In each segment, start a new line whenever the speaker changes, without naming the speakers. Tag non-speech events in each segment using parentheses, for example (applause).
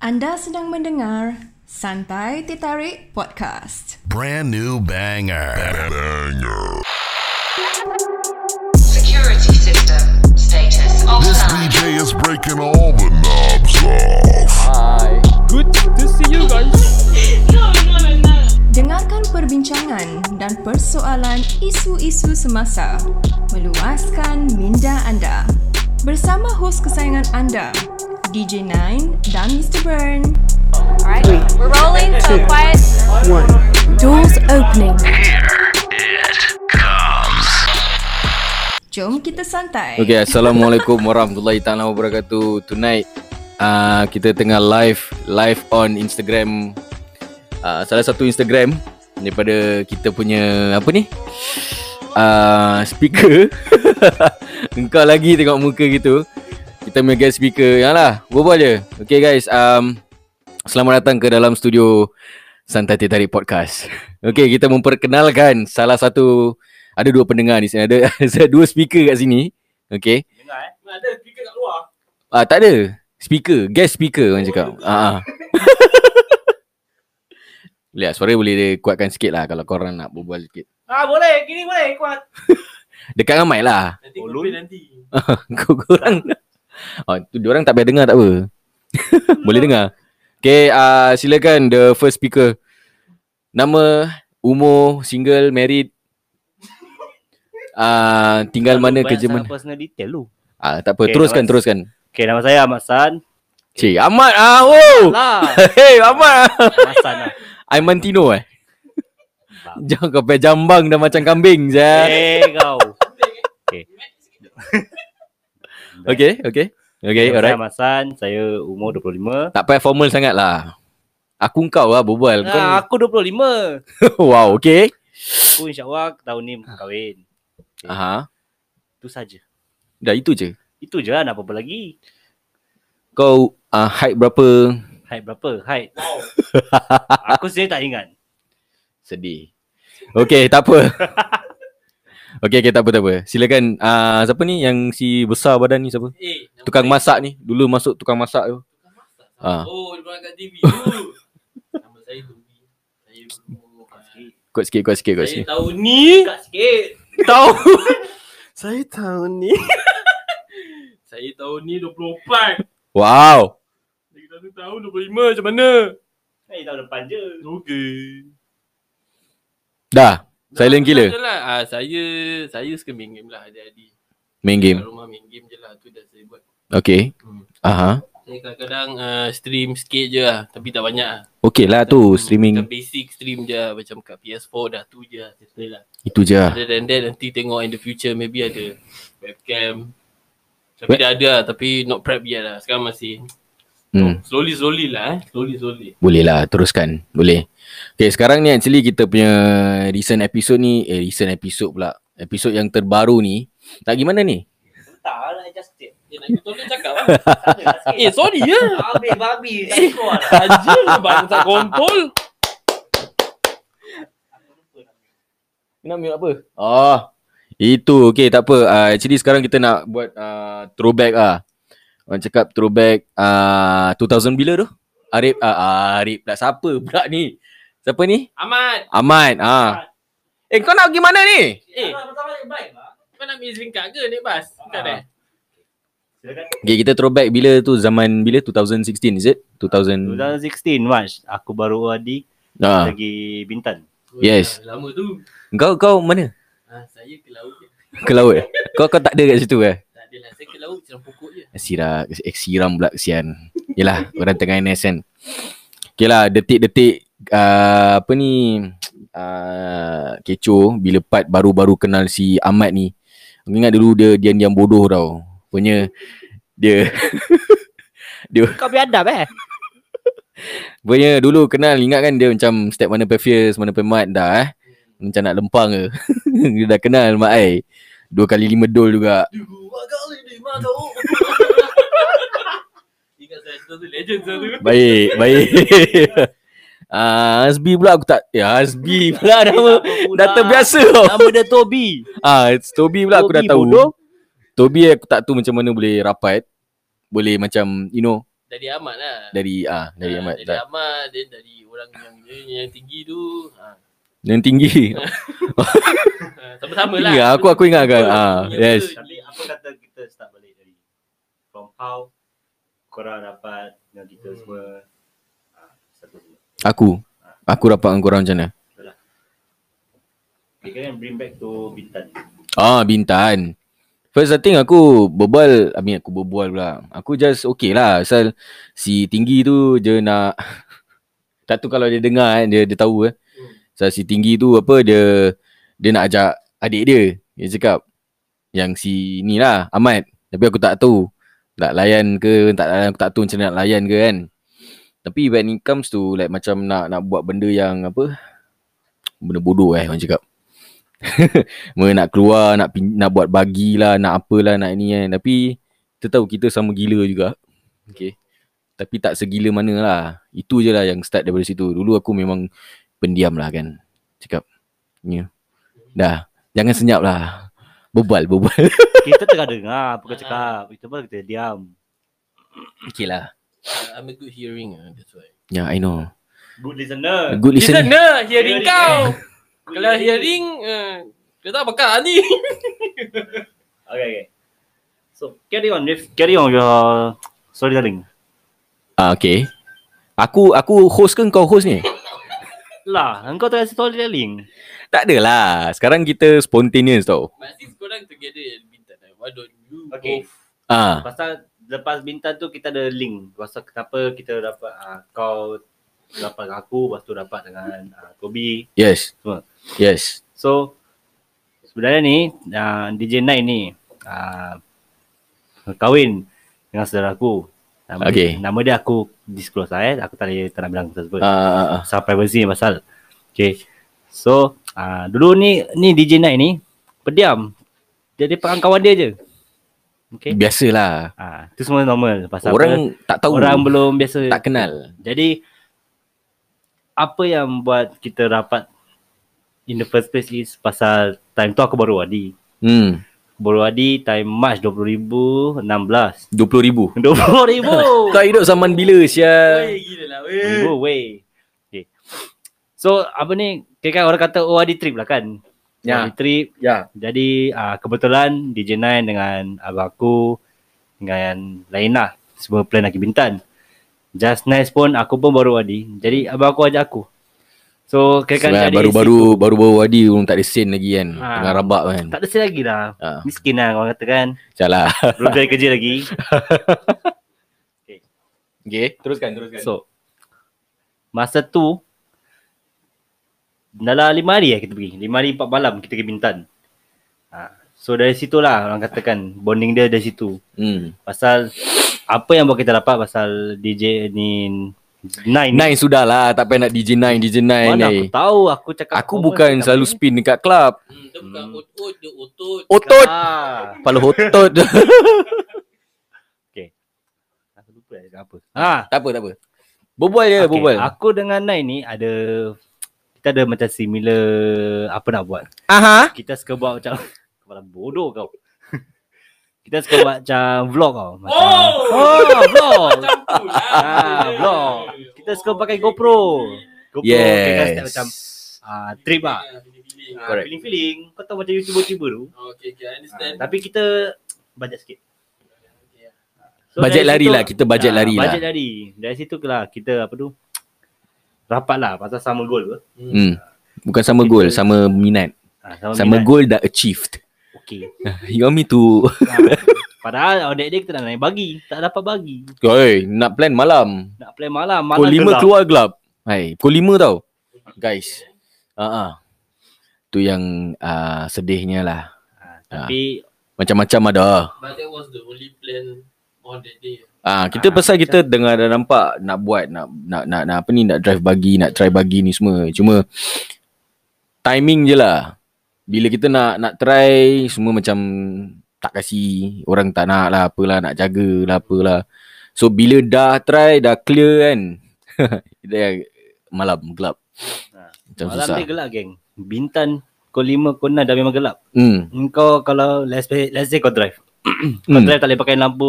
Anda sedang mendengar Santai Tertarik Podcast.
Brand new banger.
Security system status
This
offline.
DJ is breaking all the knobs off.
Good to see you guys.
Dengarkan perbincangan dan persoalan isu-isu semasa. Meluaskan minda anda. Bersama hos kesayangan anda, DJ Nine dan Mr. Burn.
Alright, we're rolling, so quiet.
Doors opening.
Comes.
Jom kita santai.
Okay, Assalamualaikum warahmatullahi taala wabarakatuh. Tonight uh, kita tengah live live on Instagram. Uh, salah satu Instagram daripada kita punya apa ni? Uh, speaker. (laughs) Engkau lagi tengok muka gitu. Kita punya guest speaker. Yalah, berbual je. Okay guys, um, selamat datang ke dalam studio Santai Teh Tarik Podcast. (laughs) Okay, kita memperkenalkan salah satu ada dua pendengar di sini. Ada, (laughs) ada dua speaker kat sini. Okay. Dengar eh? Ada speaker kat luar. Ah, tak ada. Speaker, guest speaker orang cakap. Ah. (laughs) ah. Lihat suara boleh dia kuatkan sikit lah kalau korang nak berbual sikit.
Ah boleh, gini boleh kuat.
Dekat ramai lah.
Nanti Olun.
(laughs)
nanti.
Kau korang. Oh, tu diorang tak payah dengar tak apa. (laughs) boleh dengar. Okay, uh, silakan the first speaker. Nama, umur, single, married. Uh, tinggal mana,
Banyak
kerja
sangat
mana.
Personal detail lu.
Ah, tak apa,
Okay,
teruskan,
lepas-
teruskan.
Okay, nama saya Ahmad San.
Cik, Ahmad ah, oh.
Lah,
Hey, Ahmad. (laughs)
Ahmad San lah.
Aimantino eh. Jangan kau pakai jambang dah macam kambing saya.
Eh, kau.
Okay, okay.
Nama saya
Okay, Eh, alright.
Ahmad San, saya umur 25.
Tak payah formal sangat lah. Aku kau lah berbual. Kau
Ah, aku 25.
(laughs) wow, okay.
Aku insyaAllah tahun ni kahwin.
Aha.
Itu saja.
Dah itu je.
Itu je lah, nak apa-apa lagi.
Kau uh, height berapa?
Height berapa?
(laughs)
Height. aku sendiri tak ingat.
Sedih. Okay, tak apa. (laughs) okay, okay, tak apa, tak apa. Silakan. Uh, siapa ni yang si besar badan ni siapa?
Eh, nama
Tukang
saya-
masak ni. Dulu masuk tukang masak tu. Ah.
Oh, dia orang kat TV. Oh. (laughs) Nama saya Dubi. Saya umur kat sikit.
Kuat sikit, kuat sikit, kuat
Saya
sikit.
tahun ni kat sikit.
Tahu.
Saya tahun ni. saya tahun ni 24.
(laughs) Wow.
Lagi satu tahun 25 macam mana?
Eh, tahun depan je.
Okey.
Dah. Silent killer.
Lah. Ah, saya saya suka main game lah adik-adik.
Main game.
Kat rumah main game je lah tu dah saya buat.
Okay.
Hmm.
Aha.
Saya kadang-kadang uh, stream sikit je lah Tapi tak banyak lah
Okay lah tu streaming
Macam basic stream je lah Macam kat PS4 dah tu je lah Settle lah
itu je. lah.
Other than that nanti tengok in the future maybe ada webcam. Tapi dah ada lah tapi not prep yet lah. Sekarang masih
Hmm.
slowly slowly lah eh. Slowly slowly.
Boleh lah teruskan. Boleh. Okay sekarang ni actually kita punya recent episode ni eh recent episode pula. Episode yang terbaru ni. Nak gimana ni?
Tak lah, just tip.
Eh nak kita orang
(laughs)
cakap lah.
Tak ada lah sikit.
eh sorry ya. Eh,
Babi, babi. Tak keluar lah.
Aja lah bangsa kompol.
Nak mute apa? Oh. Itu okay tak apa. Uh, actually sekarang kita nak buat uh, throwback ah. Orang cakap throwback uh, 2000 bila tu? Arif uh, Arif pula siapa pula ni? Siapa ni?
Ahmad.
Ahmad. Ah. Eh kau nak pergi mana ni?
Eh. Kau nak ambil lingkar ke naik bas?
Ah.
Bukan eh?
Okay, kita throwback bila tu zaman bila 2016 is it? 2000.
2016 March aku baru OAD
Ah.
pergi Bintan.
Yes.
Dah Ah, Lama tu.
Kau kau mana?
Ah, saya ke laut je.
Ke laut. eh? kau kau tak ada kat situ eh?
Tak adalah saya ke laut macam pokok je.
Sira eh, siram pula kesian. Yalah, orang tengah NS kan. Okay lah, detik-detik uh, apa ni uh, kecoh bila Pat baru-baru kenal si Ahmad ni. Aku ingat dulu dia diam-diam bodoh tau. Punya dia (laughs)
Kau biadab eh?
Punya dulu kenal ingat kan dia macam step mana perfius mana pemat dah eh. Macam nak lempang ke. (laughs) dia dah kenal mak ai. Dua kali lima dol juga.
Dua kali ni mak tahu. (laughs) Ingat saya tu tu legend saya tu.
Baik, baik. (laughs) Ah, Hasbi pula aku tak Ya Hasbi pula nama
lah.
Dah terbiasa tau
Nama dia Toby.
Ah, it's Toby pula aku dah
Toby
tahu
bodoh.
Toby aku tak tahu macam mana boleh rapat Boleh macam you know
dari Ahmad lah.
dari ah dari
Ah,
Ahmad.
Dari Ahmad, then dari orang yang yang, yang tinggi tu. Ha.
Yang tinggi.
Sama-sama lah.
Ya, aku aku ingat kan. Ah,
Ya,
yes.
betul.
Tapi apa kata kita start balik dari from how korang dapat dengan kita hmm. semua ah, satu semua.
Aku. Aku rapat dengan korang macam mana?
Kita kan bring back to Bintan.
Ah, Bintan. First I think aku berbual, I mean aku berbual pula. Aku just okay lah. Asal si tinggi tu je nak, (laughs) tak tu kalau dia dengar kan, dia, dia tahu eh. Asal si tinggi tu apa, dia dia nak ajak adik dia. Dia cakap, yang si ni lah, Ahmad. Tapi aku tak tahu. Tak layan ke, tak layan, aku tak tahu macam mana nak layan ke kan. Tapi when it comes to like macam nak nak buat benda yang apa, benda bodoh eh orang cakap. (laughs) Mer nak keluar, nak pin, nak buat bagi lah, nak apalah, nak ni kan. Tapi kita tahu kita sama gila juga. Okay. Tapi tak segila mana lah. Itu je lah yang start daripada situ. Dulu aku memang pendiam lah kan. Cakap. Ya. Dah. Jangan senyap lah. Berbual, (laughs) berbual.
Kita tengah dengar apa kau cakap. Kita pun kita diam.
okay lah.
Ah, I'm a good hearing ah, that's why.
Yeah, I know.
Good listener.
Good
Listen
listening.
lah, hearing
Hearing,
(laughs) kau.
Good
Kalau hearing,
eh,
ah, dia tak
lah
bakal
(laughs)
ni.
Okay, okay. So carry on with carry on with your storytelling.
Ah, okay. Aku aku host ke kau host ni?
Lah, engkau tengah storytelling.
tak adalah. Sekarang kita spontaneous tau.
But since korang together at Bintan, eh, why don't you
Okay.
both
Ah,
Pasal lepas Bintan tu kita ada link. Pasal kenapa kita dapat uh, kau dapat dengan aku, lepas tu dapat dengan uh, Kobe.
yes.
Semua.
Yes.
So sebenarnya ni uh, DJ Night ni uh, kahwin dengan saudara aku. Nama,
Okay.
nama dia aku disclose lah eh. Aku tak boleh tak nak bilang tersebut.
Ah, ah, ah.
Pasal privacy ni pasal. Okay. So uh, dulu ni ni DJ Night ni pendiam. Dia depan kawan dia je. Okay.
Biasalah.
Ah, tu semua normal pasal
Orang tak
apa,
tahu.
orang belum biasa
tak kenal.
Jadi apa yang buat kita rapat in the first place is pasal time tu aku baru wadi.
Hmm.
Aku Baru wadi time March 2016. (laughs) 20,000.
20,000.
20,000.
Kau hidup zaman bila Syah?
Hey, gila lah.
Ribu way. Okay. So apa ni kira orang kata oh wadi trip lah kan.
Ya.
Wadi trip.
Ya.
Jadi uh, kebetulan DJ Nine dengan abang aku dengan Laina semua plan Aki Bintan. Just nice pun aku pun baru wadi. Jadi abang aku ajak aku. So kira
Sebab baru-baru baru-baru Wadi orang tak ada sen lagi kan.
Ah.
Tengah rabak kan. lah.
tak ada saya lagi lah.
Ah.
Miskin lah orang kata kan. (laughs)
Salah.
Belum cari kerja lagi.
Okey, teruskan teruskan. So,
So masa tu dalam lima hari lah kita pergi. Lima hari empat malam kita pergi Bintan. Ha. So dari situ lah orang katakan bonding dia dari situ.
hmm.
Pasal apa yang buat kita dapat pasal DJ ni Nine. ni.
Nine sudahlah, tak payah nak DJ Nine, DJ Nine.
Mana aku
eh.
tahu aku cakap
Aku bukan selalu spin dekat club.
Hmm, dia bukan otot, dia otot.
(laughs) Otot,
ah.
kepala
(laughs)
otot.
Aku lupa nak cakap apa. Ha.
tak apa, tak apa. Berbual je, okay. berbual.
Aku dengan Nine ni ada kita ada macam similar apa nak buat.
Aha.
Kita suka buat macam (laughs) kepala bodoh kau. (laughs) kita suka buat macam vlog kau. Macam, oh, vlog.
Campur lah.
ah, vlog. Kita suka pakai GoPro. GoPro kita
Yes.
step macam ah, trip ah.
Feeling,
Ah,
ah.
Correct.
Feeling-feeling kau tahu macam YouTuber-YouTuber tu.
Okay, okay, I
Ah,
understand.
tapi kita bajet sikit.
Bajet
dari
lari lah, kita bajet
ah,
lari lah.
Bajet lari. Dari situ lah kita apa tu rapat lah pasal sama goal apa.
Hmm. Bukan sama goal, sama minat.
Ah,
Sama
minat.
goal dah achieved. (laughs)
Okey.
You want me to
Ah, Padahal on that day kita nak naik bagi, tak dapat bagi.
Oi, nak plan malam.
Nak play malam, malam
Pukul lima
gelap.
keluar gelap. Hai, pukul lima tau. Guys. Ha ah. Uh-huh. Tu yang uh, sedihnya lah.
Ah, tapi
Macam-macam ada.
But that was the only plan on that day.
Ah, kita pasal kita dengar dan nampak nak buat nak nak nak, nak apa ni nak drive bagi, nak try bagi ni semua. Cuma timing je lah. Bila kita nak nak try semua macam tak kasi, orang tak nak lah apalah nak jaga lah apalah. So bila dah try dah clear kan. (laughs) dia malam gelap.
Ah,
Macam
malam
susah.
dia gelap geng. Bintan kau lima kau enam dah memang gelap.
Hmm.
Kau kalau let's say, let's say kau drive. Kau drive tak boleh pakai lampu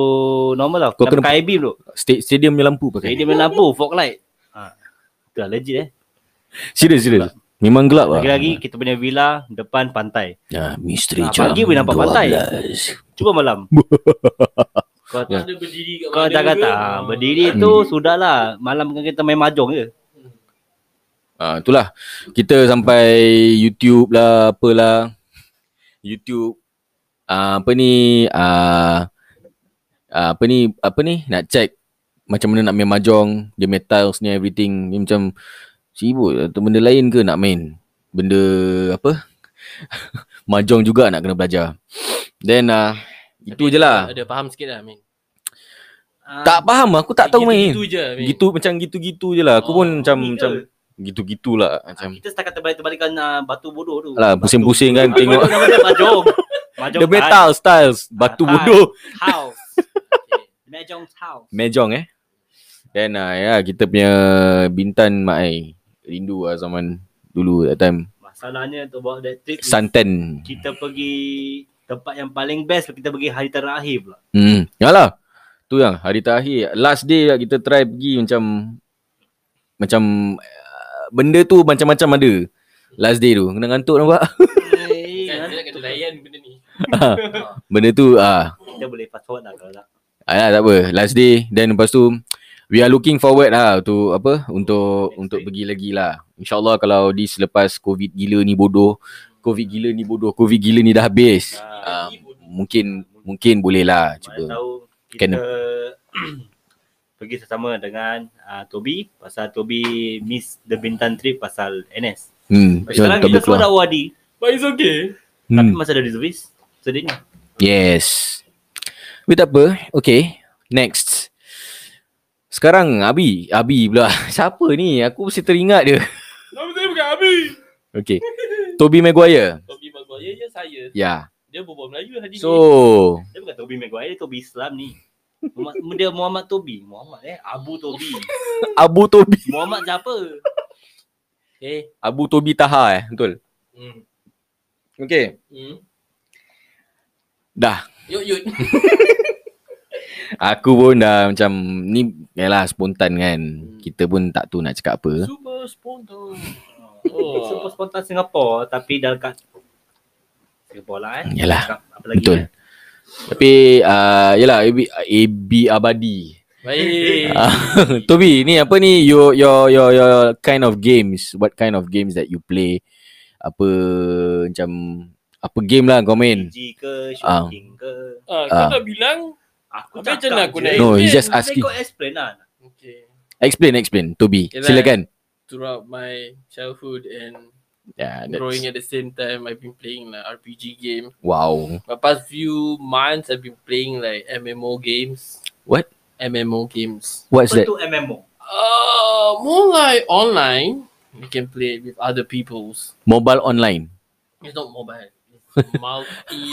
normal tau.
Hmm. Kau
Kau
kena
kena pakai I-beam tu.
Sta- Stadium punya lampu
Jadi
pakai
dia punya lampu, fog light. Ha. Itu lah legit eh.
Serius serius Memang gelap lah
Lagi-lagi kita punya villa depan pantai.
ya, Misteri
Ah,
jam
pagi boleh nampak pantai.
12
Cuba
(laughs)
malam. Kau
Ya.
Ada berdiri kat
Kau dah kata ah, berdiri
Hmm.
tu sudahlah malam kan kita main mahjong je.
Ah itulah kita sampai YouTube lah apalah YouTube ah, apa ni ah, ah, apa ni apa ni nak check macam mana nak main mahjong dia metals ni everything ni macam sibuk atau benda lain ke nak main benda apa (laughs) mahjong juga nak kena belajar then ah, itu je lah
Ada faham sikit lah Min
Ah,
tak faham aku tak tahu main
Gitu je Min
gitu macam gitu-gitu je lah aku
Oh,
pun macam
gila.
macam gitu-gitulah macam
Kita setakat terbalik-terbalikan uh, batu bodoh tu.
Alah,
Batu-
pusing-pusing kan
Apa
tengok.
tu nama dia mahjong. (laughs) Mahjong.
The metal styles Batu
Ah,
bodoh
How? Mahjong how?
Mejong eh Then uh, ya, Kita punya Bintan Mak Ai Rindu lah zaman Dulu that time
Masalahnya untuk bawa that trip
Santan
kita pergi tempat yang paling best kita pergi hari terakhir (laughs) pula.
Hmm Yalah Tu yang hari terakhir Last day lah kita try pergi macam Macam uh, Benda tu macam-macam ada Last day tu Kena ngantuk nampak (laughs)
Kan dia nak kena layan benda ni
Benda tu ah
kita boleh fast forward lah kalau tak.
Alah Ah, tak apa Last day Then lepas tu We are looking forward lah to apa untuk untuk pergi lagi lah. InsyaAllah kalau di selepas COVID gila ni bodoh, COVID gila ni bodoh, COVID gila ni dah habis.
Ah,
Ah, mungkin mungkin boleh
Mana
lah cuba.
tahu kita
Kena.
(clears throat) pergi sesama dengan uh, Toby pasal Toby miss the Bintan trip pasal NS.
Hmm,
Sekarang
tak
kita
boleh
semua dah
keluar.
OAD
But it's okay
tapi
Hmm.
masih ada reservis. Sedihnya.
Yes. Tapi tak apa. Okay. Next. Sekarang Abi, Abi pula. (laughs) Siapa ni? Aku mesti teringat dia.
Nama saya bukan Abi
Okay. Toby Maguire.
Tobi Maguire je saya
Ya. Yeah.
Dia berbual Melayu lah hari ni
So,
Dia bukan Toby Maguire, dia Toby Islam ni. Muhammad, dia Muhammad Toby. Muhammad eh, Abu Toby.
Abu Toby.
Muhammad siapa?
Okay
Abu Tobi Taha eh, betul.
Hmm
Okay.
Hmm
Dah.
Yut yut
Aku pun dah macam ni yalah spontan kan. Kita pun tak tahu nak cakap apa.
Super spontan
Oh.
(laughs)
Super spontan Singapura tapi dah dekat Singapura lah eh.
Yalah,
Cakap Apa lagi?
Betul.
Eh?
Tapi uh, yalah AB, AB Abadi. (laughs)
Baik
Ah, Toby, ni apa ni your your your your kind of games, what kind of games that you play? Apa macam apa game lah kau main?
PG ke,
Ah.
shooting ke.
Ah,
Ah.
Kau dah bilang
Aku
Habis macam mana aku nak
No, he's just
Asking.
asking.
Kau explain lah.
Okay
Explain, explain. Toby,
Yalah.
silakan.
Throughout my childhood and
Yeah,
growing
Ya, that's,
at the same time, I've been playing like RPG game.
wow.
My past few months, I've been playing like MMO games.
What?
MMO games.
What's
Apa
that?
tu MMO?
Uh, more like online. You can play it with other peoples.
Mobile online.
It's not mobile. It's multi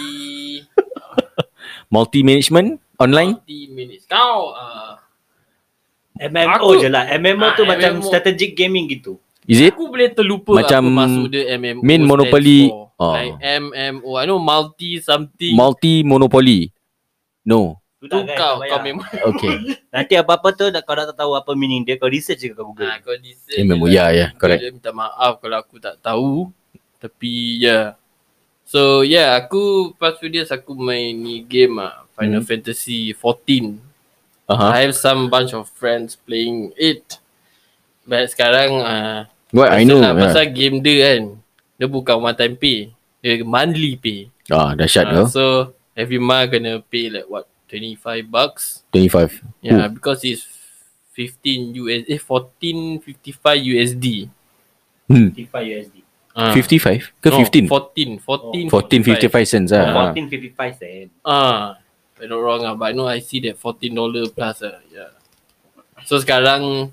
Multi management online?
multi minutes. Kau uh,
MMO
Aku-
je lah. MMO tu
Ah,
macam
MMO.
strategic gaming gitu.
Is it?
aku boleh terlupa
Macam
apa maksud dia MMO.
main
stands
Monopoly.
for.
Oh.
Like MMO. I know multi something.
Multi monopoly. No.
tu
Sudah, guys,
kau
tak kan,
kau
payah.
(laughs)
memang
Okay.
Nanti apa-apa tu nak- kau dah tak tahu apa meaning dia, kau research je kat Google.
Ah, kau deserve.
MMO.
je lah.
Ya, ya. Correct.
Dia minta maaf kalau aku tak tahu. Tapi ya. Yeah. So yeah, aku past few days aku main ni game ah Final
Hmm.
Fantasy 14.
Aha.
I have some bunch of friends playing it. But sekarang ah
What I know.
Lah,
yeah.
pasal game dia kan. Dia bukan one time pay. Dia monthly pay.
Ah, dahsyat
Ah,
tu.
so every month kena pay like what 25 bucks.
25.
Yeah,
Hmm.
because it's 15 US eh 1455 USD.
Hmm.
55 USD.
Ah.
55 ke
No,
15?
14 14
14.55 cents lah.
14.55 sen.
Ah, if I'm not wrong ah, but I know I see that 14 dollar plus ah. Yeah. So sekarang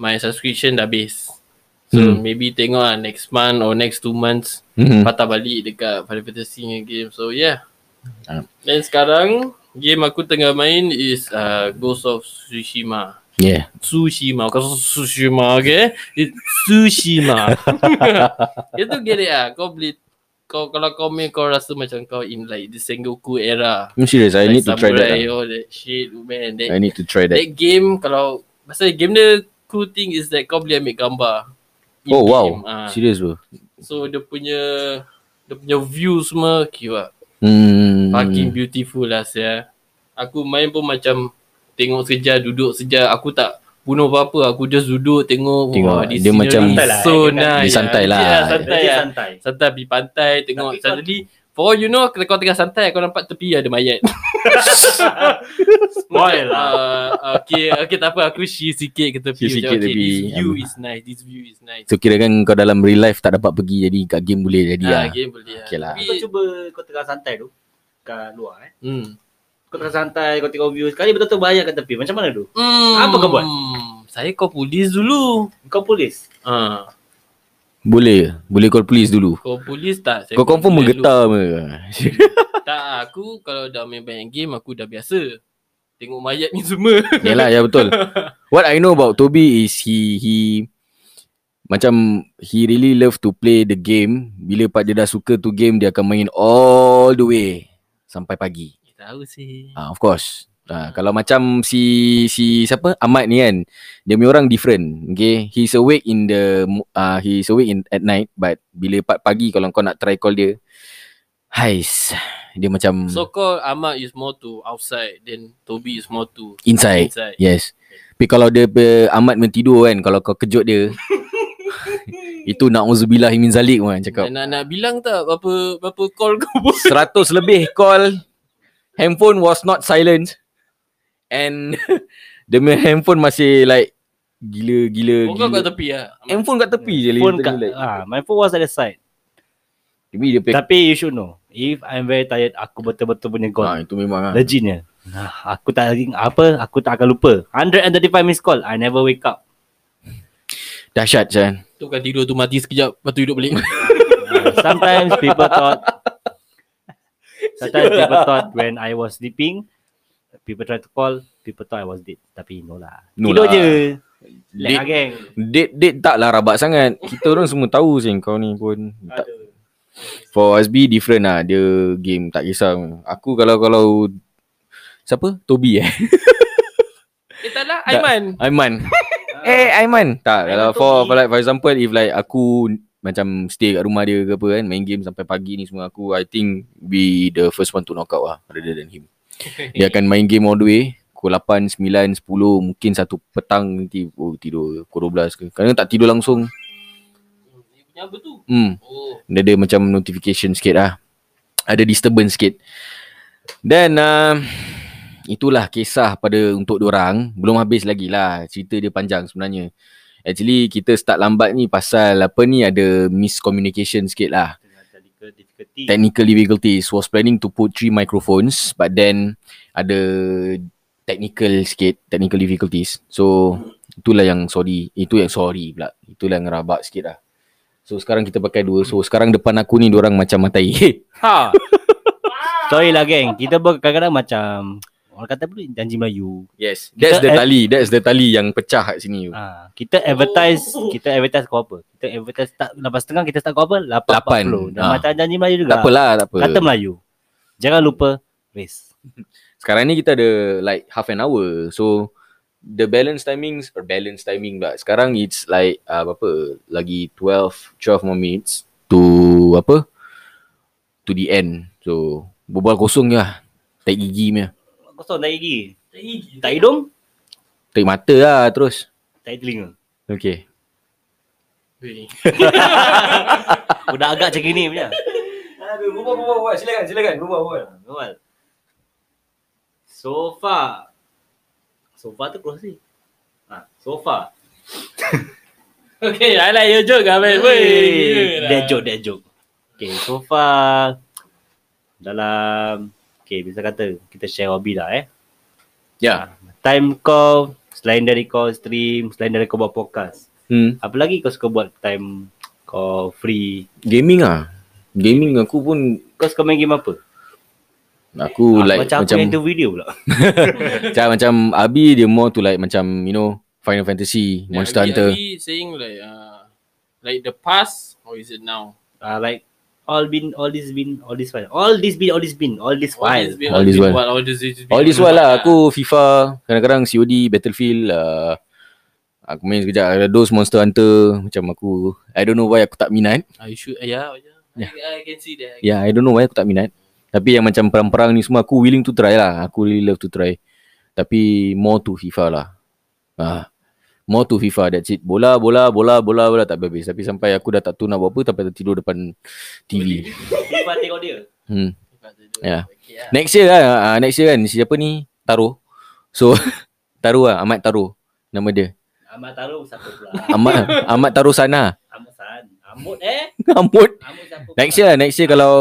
my subscription dah habis. So
Hmm.
hmm. maybe tengok lah next month or next two months
Hmm.
hmm. patah balik dekat Final Fantasy punya game. So yeah.
Ah.
Then sekarang game aku tengah main is uh, Ghost of Tsushima.
Yeah.
Tsushima. Kau
(laughs)
Tsushima, okay? It's Tsushima. Itu gini ah, kau boleh kau kalau kau main kau rasa macam kau in like the Sengoku era.
I'm serious. I
like
need to try that.
samurai,
lah.
All that shit, man. That,
I need to try that.
that game kalau pasal game dia cool thing is that kau boleh ambil gambar. In
Oh wow.
game, ah.
Serious bro.
So dia punya dia punya view semua kira
Hmm.
fucking beautiful lah saya. Aku main pun macam tengok sejar, duduk sejar. Aku tak bunuh apa-apa. Aku just duduk tengok.
Tengok.
Wah, this
Dia
scenery
macam-
is
Santai
so
lah,
nice.
dia santai
Ya,
lah.
santai
Dia
lah.
santai.
Santai pergi pantai tengok.
Tapi kau-
Suddenly For all you know, kalau kau tengah santai, kau nampak tepi ada
(laughs)
mayat.
Spoil lah.
Uh, okay, okay, tak apa. Aku share sikit ke tepi.
Share
Macam,
sikit
okay,
tepi.
This view
Um.
is nice. This view is nice.
So kira kan kau dalam real life tak dapat pergi jadi kat game boleh jadi
Ah,
lah.
okay, boleh.
Okay lah.
Kau cuba kau tengah santai tu kat luar eh.
Hmm.
Kau tengah santai, kau tengok view. Sekali betul-betul bahaya kat tepi. Macam mana tu?
Hmm.
Apa kau buat?
Saya kau polis dulu.
Kau polis.
Ah,
Boleh. Boleh call police dulu.
kau polis tak? Saya
Kau
call
confirm
polis dulu.
menggetar me. (laughs)
Tak, aku kalau dah main banyak game aku dah biasa. Tengok mayat ni semua. (laughs)
Yalah ya betul. What I know about Toby is he he macam he really love to play the game. Bila part dia dah suka tu game dia akan main all the way sampai pagi.
Tahu sih.
Ah, of course. Ah, kalau macam si si siapa Ahmad ni kan, dia punya orang different. Okay, he's awake in the ah uh, he's awake in at night but bila part pagi kalau kau nak try call dia, hais. Dia macam
So called Ahmad is more to outside then Toby is more to
inside.
inside.
Yes. Tapi kalau dia ber, Ahmad mentidur kan, kalau kau kejut
(laughs)
dia itu nauzubillah min zalik kan cakap.
Nak, nak, nak bilang tak berapa berapa call kau buat?
100 lebih call handphone was not silent and (laughs) dia punya handphone masih like gila gila
Kau kau
gila
kat tepi ah.
handphone kat tepi je
Phone kat,
literally, like.
ah, my phone was at the side.
Tapi dia play
Tapi you should know, if I'm very tired, aku betul-betul punya gone.
ah, itu memang ah.
Legitnya. Nah, aku tak lagi apa, aku tak akan lupa. 135 missed call, I never wake up.
dahsyat Chan
Tu kan tidur tu mati sekejap lepas tu hidup balik.
Sometimes people
(laughs)
thought Sometimes people thought when I was sleeping, people try to call, people thought I was dead. Tapi no lah.
No
Tidur
lah.
je. Lag
Dead.
lah geng.
date date tak lah rabak sangat kita orang semua tahu sih kau ni pun tak For SB different lah Dia game tak kisah Aku kalau kalau Siapa? Toby eh
eh tak lah Aiman.
Aiman (laughs) Eh Aiman Tak kalau
Aiman
for,
Toby.
for, like, for example If like aku Macam stay kat rumah dia ke apa kan Main game sampai pagi ni semua Aku I think Be the first one to knock out lah Rather than him Dia akan main game all the way Pukul 8, 9, 10 Mungkin satu petang nanti oh, Tidur Pukul 12 ke Kadang tak tidur langsung
Dia punya apa tu?
Hmm
Oh.
dia ada macam notification sikit lah. Ada disturbance sikit. Dan uh, itulah kisah pada untuk orang Belum habis lagi lah. Cerita dia panjang sebenarnya. Actually kita start lambat ni pasal apa ni ada miscommunication sikit lah
Difficulty.
technical difficulties was planning to put three microphones but then ada technical sikit technical difficulties so itulah yang sorry itu yang sorry pula itulah yang rabak sikit lah so sekarang kita pakai dua so sekarang depan aku ni orang macam matai (laughs)
Ha. Sorry lah geng. Kita pun kadang-kadang macam orang kata apa tu janji Melayu.
yes that's the
Kita ad-
tali that's the tali yang pecah kat sini tu
Ha, kita advertise,
Oh.
kita advertise kau apa? Kita advertise tak lepas setengah kita start kau apa? 8.40. Dan
Ha.
macam janji Melayu juga.
tak apalah tak apa
Kata Melayu. Jangan lupa race.
sekarang ni kita ada like half an hour so the balance timings or balance timing pula sekarang it's like uh, berapa lagi 12 12 more minutes to apa to the end so berbual kosong je lah tarik gigi punya
Kosong tak gigi. Tak hidung,
tarik mata lah terus
tak telinga.
okay
Weh.
Udah agak macam gini punya.
berbual berbual berbual silakan silakan berbual berbual
Awal. Sofa. Sofa tu keluar sini. Ha, sofa.
(laughs) Okay, I like your joke ah, man. Weh.
That joke, that joke. Okay, sofa. Dalam Okay, bisa kata kita share hobi lah eh.
ya
Time kau, selain dari kau stream, selain dari kau buat podcast,
hmm.
apa lagi kau suka buat time kau free?
gaming ah gaming aku pun
Kau suka main game apa?
aku
Ah,
like
macam,
macam
aku yang tu video (laughs) pula.
(laughs) macam, macam Abi dia more to like macam you know Final Fantasy Monster
Abi-
Hunter
Abi saying like uh, like the past or is it now?
Uh, like all been all this been all this while. All this been all this been all this
All
while.
this been,
All this
been
while.
All this, this been,
All this while lah Aku FIFA Kadang-kadang COD Battlefield uh, Aku main sekejap Ada Those Monster Hunter Macam aku I don't know why aku tak minat
I should, yeah,
Yeah.
yeah. I, I can see that.
Yeah I don't know why aku tak minat Tapi yang macam perang-perang ni semua Aku willing to try lah Aku really love to try Tapi More to FIFA lah ah, More to FIFA That's it Bola bola bola bola bola Tak habis Tapi sampai aku dah tak tahu nak buat apa Sampai tertidur depan TV
FIFA tengok dia.
hmm. Yeah.
Okay, yeah.
Next year kan uh, Next year kan Siapa ni Taro So (laughs) Taro lah Ahmad Taro Nama dia
Ahmad Taruh siapa (laughs) pula?
Ahmad Ahmad Taro sana (laughs)
Ahmad San. Ahmad eh?
Ampun
Ahmad siapa pula?
Next year lah Next year kalau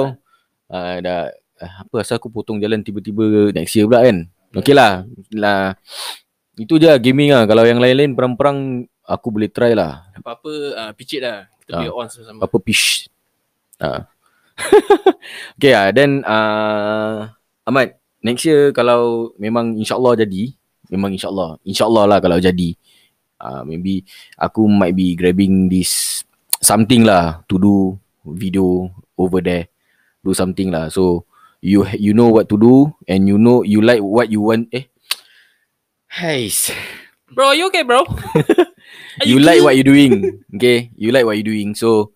uh, Dah ah, Apa asal aku potong jalan Tiba-tiba next year pula kan Okay lah, lah. Itu je lah gaming lah Kalau yang lain-lain Perang-perang Aku boleh try lah
Apa-apa uh, picit lah. Kita
Ah.
play on sama-sama.
Apa pish uh. (laughs) Okay lah Then uh, Ahmad Next year kalau Memang insyaAllah jadi Memang insyaAllah InsyaAllah lah kalau jadi uh, Maybe Aku might be grabbing this Something lah To do Video Over there Do something lah So You you know what to do And you know You like what you want Eh Hais
Bro, are you okay, bro? Are
you like what you
(laughs)
doing Okay You like what you doing So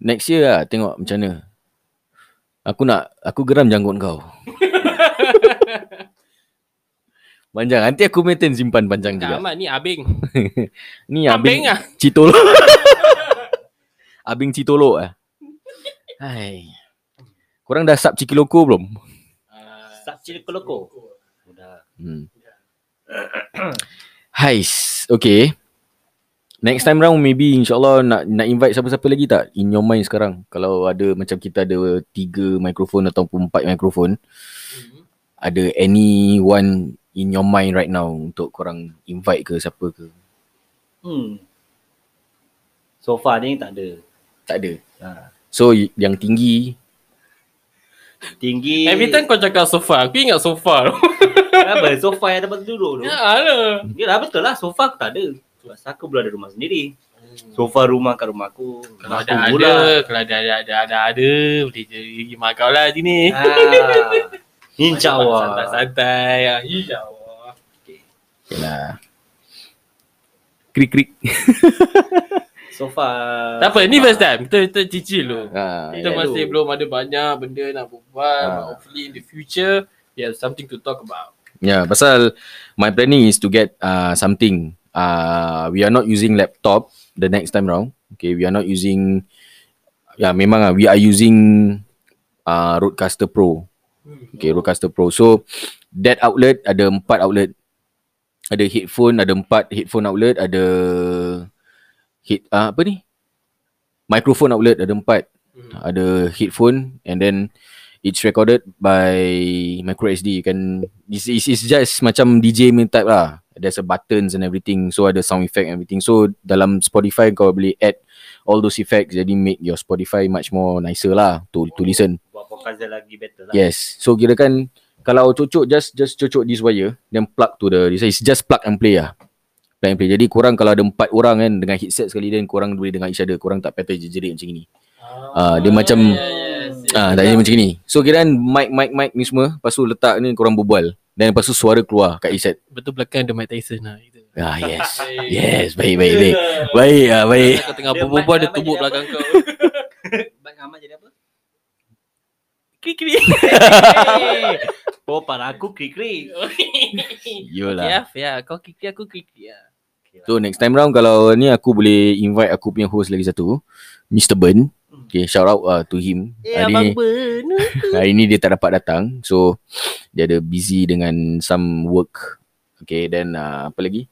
Next year lah Tengok macam mana Aku nak Aku geram janggut
(laughs)
kau Panjang Nanti aku maintain simpan panjang
Tak,
juga
Ahmad ni abing.
Ni
Abing
abing
ah.
Citolok (laughs) Abing Citolok
(laughs)
lah Hai Korang dah sub Cikiloko belum?
Sub Cili Koloko. Udah.
Hmm. (coughs) Hais. Okay. Next time round maybe insyaAllah nak nak invite siapa-siapa lagi tak? In your mind sekarang. Kalau ada macam kita ada tiga mikrofon ataupun empat mikrofon. Ada anyone in your mind right now untuk korang invite ke siapa ke?
Hmm. So far ni tak ada.
Tak ada.
Ha.
So y- yang tinggi
Tinggi.
Every time kau cakap sofa, aku ingat sofa.
Kenapa? Sofa yang tempat duduk tu.
ya lah.
Ya lah betul lah sofa aku tak ada. Sebab aku belum ada rumah sendiri. Sofa rumah kat rumah aku. rumah
Hmm. Kalau ada
aku
ada, kalau ada ada ada ada, ada boleh jadi pergi mak kau lah sini.
Ah.
(laughs)
InsyaAllah.
Santai-santai. ah, InsyaAllah.
Yalah. Krik-krik. (laughs)
Sofa.
Tak apa, ni first time. Kita kita cicil dulu.
Ha, ya.
Kita masih belum ada banyak benda nak berbual,
Ah.
but hopefully in the future we have something to talk about.
Yeah, Ya, pasal my planning is to get uh, something. Uh, we are not using laptop the next time round. Okay, we are not using. Yeah, memang ah, we are using uh, Roadcaster Pro. Okay, Roadcaster Pro. So that outlet ada empat outlet. Ada headphone, ada empat headphone outlet, ada head uh, apa ni? Microphone outlet ada empat. Ada headphone and then it's recorded by micro SD you can it's, it's, it's just macam DJ punya type lah there's a buttons and everything so ada sound effect and everything so dalam Spotify kau boleh add all those effects jadi make your Spotify much more nicer lah to to listen
Buat podcast dia lagi better lah.
yes so kira kan kalau cocok just just cocok this wire then plug to the this it's just plug and play lah plug and play jadi korang kalau ada empat orang kan dengan headset sekali then korang boleh dengar each other korang tak pattern jerit macam ni ah dia macam Ah, tak jadi macam ni. So kira kan mic mic mic ni semua, lepas tu letak ni korang berbual. Dan lepas tu suara keluar kat headset.
Betul belakang ada Mike Tyson lah. Kita.
Ah yes. yes, baik baik baik. Baik ah baik.
Kau tengah
Dia
berbual
mic
dia lah,
lama
tubuk
jadi
belakang kau.
Bang Ahmad jadi apa?
Kri-kri.
Oh, pada aku kri-kri.
Yolah.
Ya, ya, kau kri-kri aku kri-kri ah.
So next time round kalau ni aku boleh invite aku punya host lagi satu, Mr. Ben. Okay, shout out uh, to him.
Eh,
Hari
abang
ni (laughs)
Ben.
hari ni dia tak dapat datang. So dia ada busy dengan some work. Okay, then uh, apa lagi?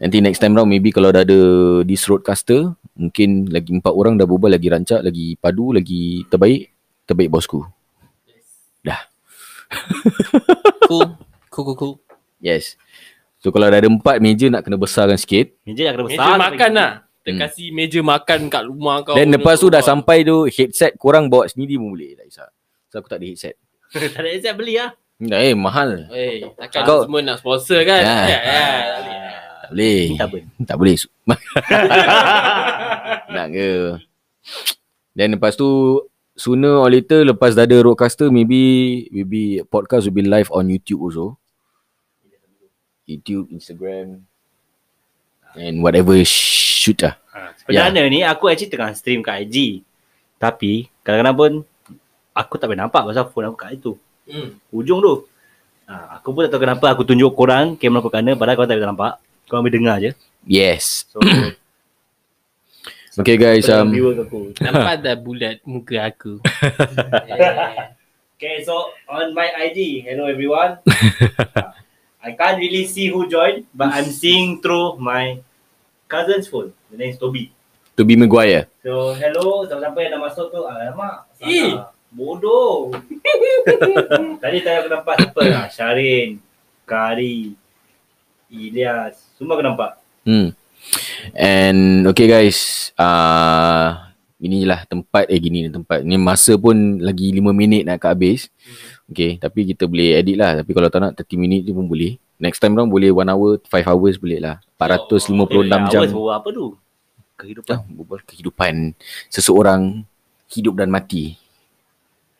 Nanti next time round maybe kalau dah ada this roadcaster, mungkin lagi empat orang dah berbual lagi rancak, lagi padu, lagi terbaik, terbaik bosku.
Cool.
(laughs)
Cool, cool, cool.
Yes. So kalau dah ada empat meja nak kena besarkan sikit.
Meja dah kena besar.
Meja makan lah.
Hmm.
Terkasih meja makan kat rumah kau.
Then lepas tu dah sampai tu headset korang bawa sendiri pun boleh. Tak kisah. So aku tak ada headset.
(laughs) tak ada headset beli lah.
Dah, eh mahal.
Eh, takkan
Kau-
semua nak sponsor kan?
Ya.
Ya. ya.
Tak (laughs) boleh.
Minta Ben.
Tak boleh. Nak ke? Then lepas tu sooner or later lepas dah ada roadcaster maybe maybe podcast will be live on YouTube also. YouTube, Instagram and whatever shoot lah.
Ha, sebenarnya yeah. ni aku actually tengah stream kat IG. Tapi kadang-kadang pun aku tak boleh nampak pasal phone aku kat itu.
Hmm.
Ujung tu. Ha, aku pun tak tahu kenapa aku tunjuk korang kamera aku kat mana padahal korang tak boleh nampak. Korang boleh dengar je.
Yes.
So (coughs)
Okay guys,
macam
um,
viewer aku.
Nampak dah bulat
(laughs)
muka aku. Eh,
Okay, so on my IG, hello everyone. I can't really see who joined, but I'm seeing through my cousin's phone. The name is Toby.
to be Maguire.
So, hello, siapa-siapa yang dah masuk tu, alamak,
Eh.
salah. Bodoh. Tadi tak aku nampak siapa lah. Syarin, Kari, Ilyas, semua aku nampak.
Hmm. And okay guys, uh, inilah tempat eh gini ni tempat. Ni masa pun lagi 5 minit nak kat habis.
Hmm.
Okay, tapi kita boleh edit lah. Tapi kalau tak nak 30 minit tu pun boleh. Next time orang boleh 1 hour, 5 hours boleh lah. 456
Eh,
jam.
Hours buat apa tu? Kehidupan.
Ah, berbual kehidupan seseorang hidup dan mati.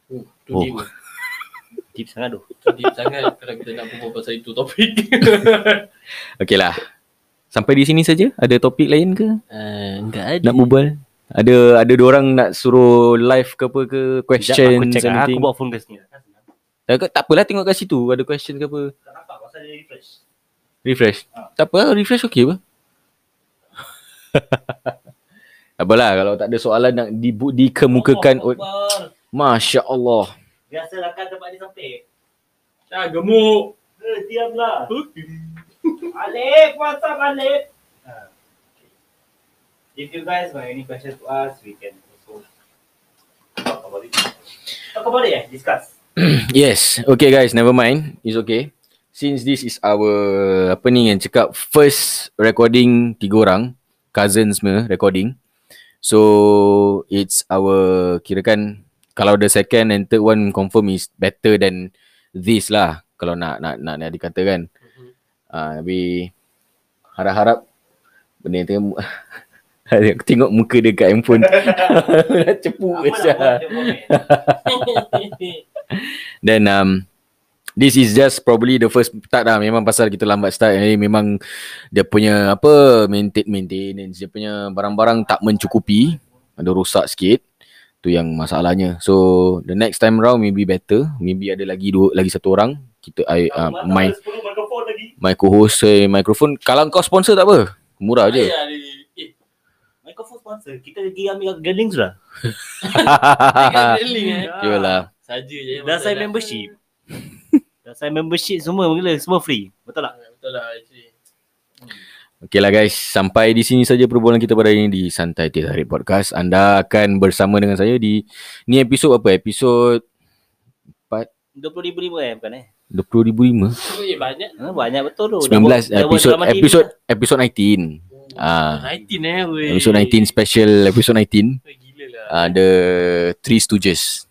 Oh, tu
Oh.
oh. deep.
Deep sangat tu.
Tu deep sangat kalau kita nak berbual pasal itu
(laughs)
topik.
Okey lah. Sampai di sini saja. Ada topik lain ke?
Uh, enggak
Nak berbual? Ada ada dua orang nak suruh live ke apa ke
Sekejap aku
question
check lah. Aku bawa phone kat sini.
Tak, tak apalah tengok kat situ ada question ke apa.
Tak nampak pasal dia refresh.
Refresh. Tak apa, lah, refresh okey apa? tak apalah kalau tak ada soalan nak dibu- dikemukakan. Oh, Masya Allah.
Biasa rakan tempat dia sampai.
Dah gemuk.
Eh, diamlah. Alif, what's up Alif? Ah, okay. If you guys have any questions to us, we can also talk about it. Talk about it eh, discuss.
Yes. Okay guys, never mind. It's okay. Since this is our apa ni yang cakap first recording tiga orang, cousin semua recording. So it's our kirakan kalau the second and third one confirm is better than this lah kalau nak nak nak, nak dikatakan. Ah, uh, tapi harap-harap benda yang tengok aku (laughs) tengok muka dia kat handphone. nak cepu
Apa nak buat dia komen?
Then um this is just probably the first start lah memang pasal kita lambat start jadi memang dia punya apa maintain maintenance dia punya barang-barang tak mencukupi ada rosak sikit tu yang masalahnya so the next time round maybe better maybe ada lagi dua lagi satu orang kita I, uh,
Aku
my
ada 10 mikrofon lagi.
my co-host eh, microphone kalau kau sponsor tak apa murah je
Ayah dia- Eh,
Mikrofon sponsor. Kita pergi ambil geling sudah.
Ah,
kan dealing eh.
Ya. Yalah
Saja je.
Dah sign
masalah.
membership. Dah sign membership semua mula semua free. Betul tak?
Betul lah actually.
Okay lah guys, sampai di sini saja perbualan kita pada hari ini di Santai Teh Tarik Podcast. Anda akan bersama dengan saya di ni episod apa? Episod
20,000 eh bukan eh?
20,005.
Eh, banyak.
Ha, banyak betul tu.
19
Dah buat- dah buat
episod
drama lah. TV
episod
dah.
episod 19. Ah,
19 eh. Wey.
episod 19 special episod 19.
Eh, Gila lah.
Uh, the Three Stooges.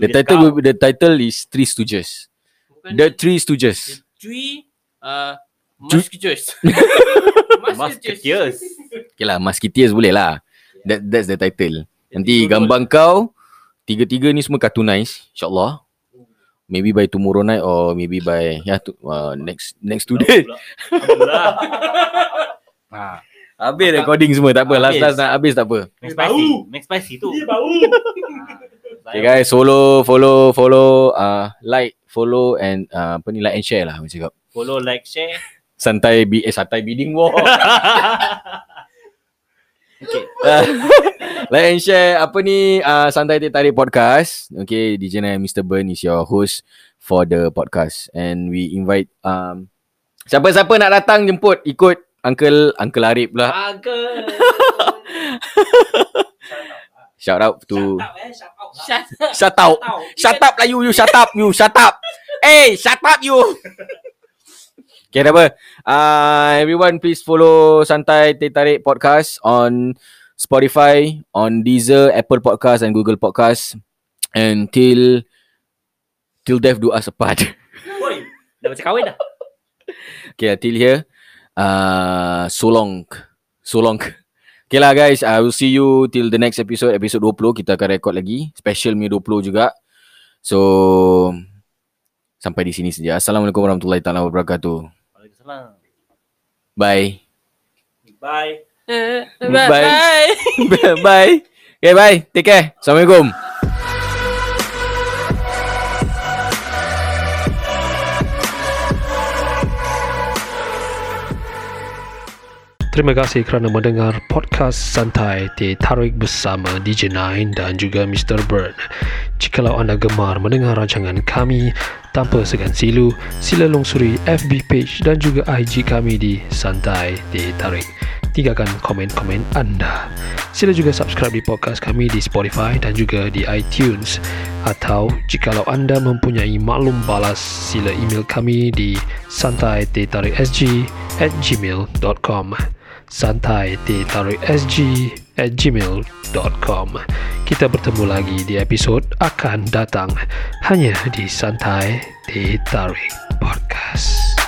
The
Stooges
title will be, the title is Three Stooges.
Bukan
The Three Stooges.
Three uh,
Ju- (laughs)
Musketeers.
Musketeers.
Okay lah, Musketeers boleh lah. That, that's the title. Nanti
Jadi,
gambar kau tiga-tiga ni semua cartoonize insyaallah. Maybe by tomorrow night or maybe by ya tu, uh, next next two days. (laughs)
Alhamdulillah.
Ha. Habis recording semua tak apa. Last
Habis.
last nak habis tak apa.
Mac spicy. Mac spicy tu. Dia bau.
Okay guys, follow follow follow uh, like, follow and uh, apa ni like and share lah macam cakap.
Follow, like, share.
Santai bi eh, santai bidding war.
(laughs) Okay.
(laughs) like and share apa ni uh, santai Teh tarik podcast. Okay, DJ Nai Mr Burn is your host for the podcast and we invite um siapa-siapa nak datang jemput ikut Uncle Uncle Arif lah. pula.
Agak.
Shout out to
eh. Shout out.
Shut out. Shut up lah you you shut up you shut
(laughs)
up. hey, shut up you. Okay, dah apa? Uh, everyone please follow Santai Teh Tarik Podcast on Spotify, on Deezer, Apple Podcast and Google Podcast. And till till death do us apart. (laughs)
Oi. Dah macam kahwin dah.
Okay, till here. Uh, Ah, so long. So long. Okay lah guys, I will see you till the next episode, episode 20 kita akan record lagi, special Mi 20 juga. So sampai di sini saja. Assalamualaikum warahmatullahi taala wabarakatuh.
Waalaikumsalam.
Bye.
Bye.
Bye. Bye. (laughs) bye. Okay, bye. Take care. Assalamualaikum.
Terima kasih kerana mendengar podcast santai di Tarik Bersama DJ Nine dan juga Mr. Bird. Jikalau anda gemar mendengar rancangan kami tanpa segan silu, sila lungsuri FB page dan juga IG kami di Santai di Tarik. Tinggalkan komen-komen anda. Sila juga subscribe di podcast kami di Spotify dan juga di iTunes. Atau jikalau anda mempunyai maklum balas, sila email kami di santai.tariksg at gmail.com santai di tariksg at gmail.com Kita bertemu lagi di episod akan datang hanya di Santai di Tarik Podcast.